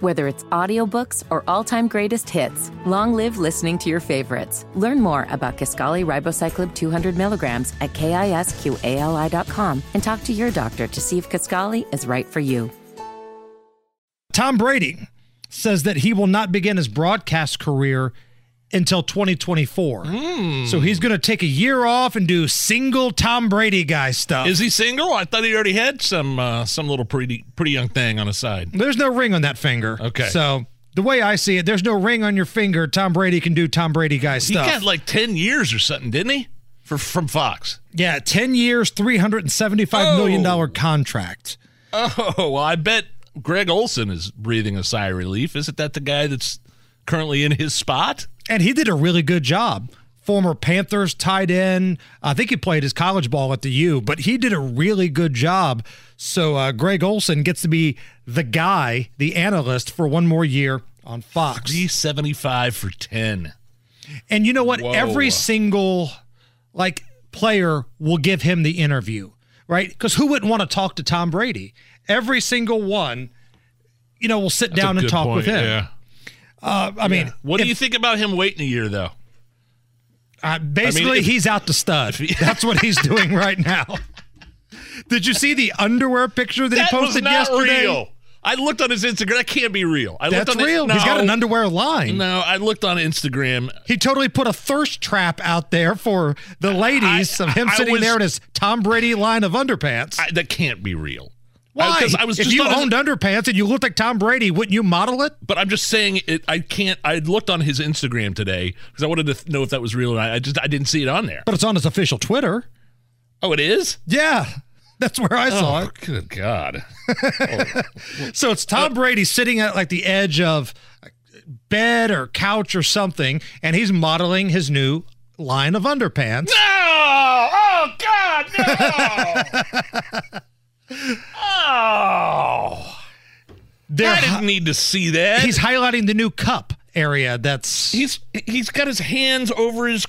Whether it's audiobooks or all-time greatest hits, long live listening to your favorites. Learn more about Kaskali Ribocyclib 200 milligrams at kisqali.com and talk to your doctor to see if Kaskali is right for you. Tom Brady says that he will not begin his broadcast career until 2024. Hmm. So he's going to take a year off and do single Tom Brady guy stuff. Is he single? I thought he already had some uh, some little pretty pretty young thing on his side. there's no ring on that finger. Okay. So the way I see it, there's no ring on your finger. Tom Brady can do Tom Brady guy He stuff. got like ten years or something, didn't he? For from Fox. yeah, 10 years, $375 million Oh. dollar contract. Oh well, I bet Greg Olson is breathing a sigh of relief. Isn't that the guy that's currently in his spot? And he did a really good job. Former Panthers tight end. I think he played his college ball at the U, but he did a really good job. So uh, Greg Olson gets to be the guy, the analyst for one more year on Fox. D seventy five for ten. And you know what? Whoa. Every single like player will give him the interview, right? Because who wouldn't want to talk to Tom Brady? Every single one, you know, will sit That's a down and good talk point, with him. yeah. Uh, I mean, What if- do you think about him waiting a year though? Uh, basically, if- he's out to stud. That's what he's doing right now. Did you see the underwear picture that, That he was posted not yesterday? real. I looked on his Instagram. That can't be real. I That's looked on real. The, He's got No. an underwear line. No, I looked on Instagram. He totally put a thirst trap out there for the ladies I- of him I sitting was- there in his Tom Brady line of underpants. I, that can't be real. Why? Because I was if just you on his- owned underpants and you looked like Tom Brady, wouldn't you model it? But I'm just saying it. I can't. I looked on his Instagram today because I wanted to th- know if that was real, and I, I just I didn't see it on there. But it's on his official Twitter. Oh, it is. Yeah, that's where I saw it. Oh, good God! So it's Uh, Tom Brady sitting at like the edge of bed or couch or something, and he's modeling his new line of underpants. No! Oh God! No! oh! They're I hi- didn't need to see that. he's highlighting the new cup area. That's he's he's got his hands over his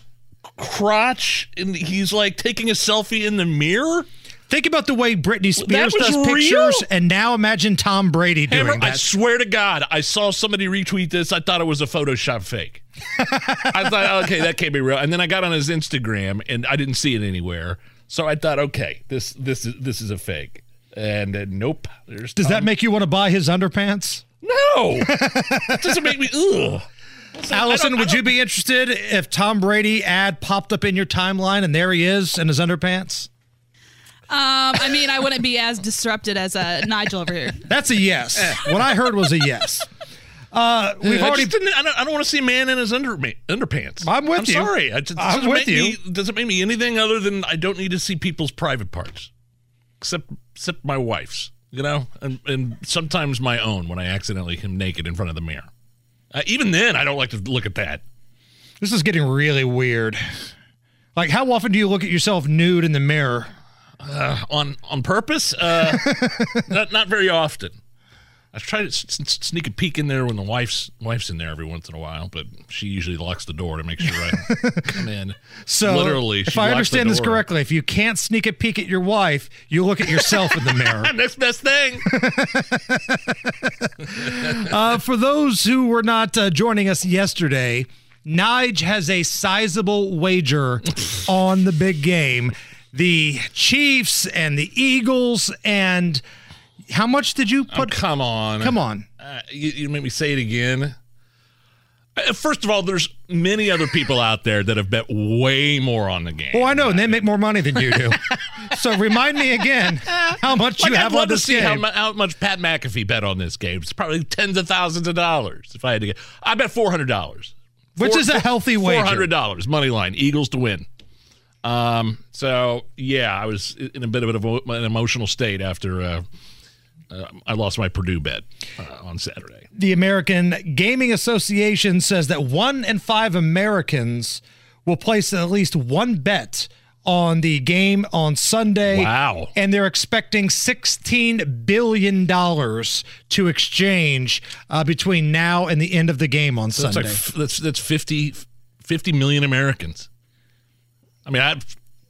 crotch, and he's like taking a selfie in the mirror. think about the way Britney Spears was does real? pictures, and now imagine Tom Brady doing Hammer, I that. swear to God, I saw somebody retweet this. I thought it was a Photoshop fake. I thought, okay, that can't be real. And then I got on his Instagram, and I didn't see it anywhere. So I thought, okay, this this is this is a fake. And uh, nope, there's Does that Tom- make you want to buy his underpants? no? it doesn't make me ugh. Allison, would you be interested if Tom Brady ad popped up in your timeline and there he is in his underpants? Um, I mean, I wouldn't be as disrupted as uh, Nigel over here. That's a yes. what I heard was a yes. Uh, we've I, already just didn't, I don't, I don't want to see a man in his under, underpants. I'm with you. I'm sorry. I just, I'm doesn't with make me- you. doesn't make me anything other than I don't need to see people's private parts, except except my wife's, you know, and, and sometimes my own when I accidentally am naked in front of the mirror. Uh, even then, I don't like to look at that. this is getting really weird. Like, how often do you look at yourself nude in the mirror? on on purpose? Uh, not not very often. I try to s- s- sneak a peek in there when the wife's wife's in there every once in a while, but she usually locks the door to make sure I come in. So, literally, if she I locks the understand this door. correctly, if you can't sneak a peek at your wife, you look at yourself in the mirror. next best thing. Uh, for those who were not uh, joining us yesterday, Nige has a sizable wager on the big game. The Chiefs and the Eagles, and how much did you But put? come on, Come on. Uh, you, you make me say it again. Uh, First of all, there's many other people out there that have bet way more on the game. Oh, I know, and they make more money than you do. so remind me again how much Like, you I'd have on love to this see how, game. mu- how much Pat McAfee bet on this game. It's probably tens of thousands of dollars. If I had to get, I bet four hundred dollars, Which is a healthy wager. Four hundred dollars money line, Eagles to win. Um. So yeah, I was in a bit of an, an emotional state after uh, uh, I lost my Purdue bet uh, on Saturday. the American Gaming Association says that one in five Americans will place at least one bet on the game on Sunday. Wow. And they're expecting $16 billion to exchange uh, between now and the end of the game on That's Sunday. like f- that's that's 50, 50 million Americans. I mean, I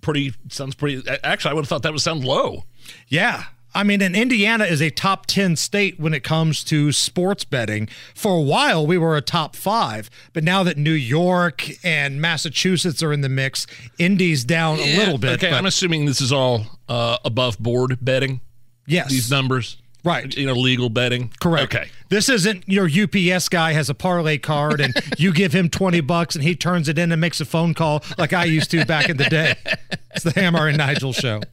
pretty sounds pretty. a- Actually, I would have thought that would sound low. yeah. I mean, and Indiana is a top 10 state when it comes to sports betting. For a while, we were a top five, but now that New York and Massachusetts are in the mix, Indy's down a little bit. Okay, but I'm assuming this is all uh, above board betting. yes. These numbers, Right. You know, legal betting. Correct. Okay. This isn't your UPS guy has a parlay card and you give him 20 bucks and he turns it in and makes a phone call like I used to back in the day. It's the Hammer and Nigel show.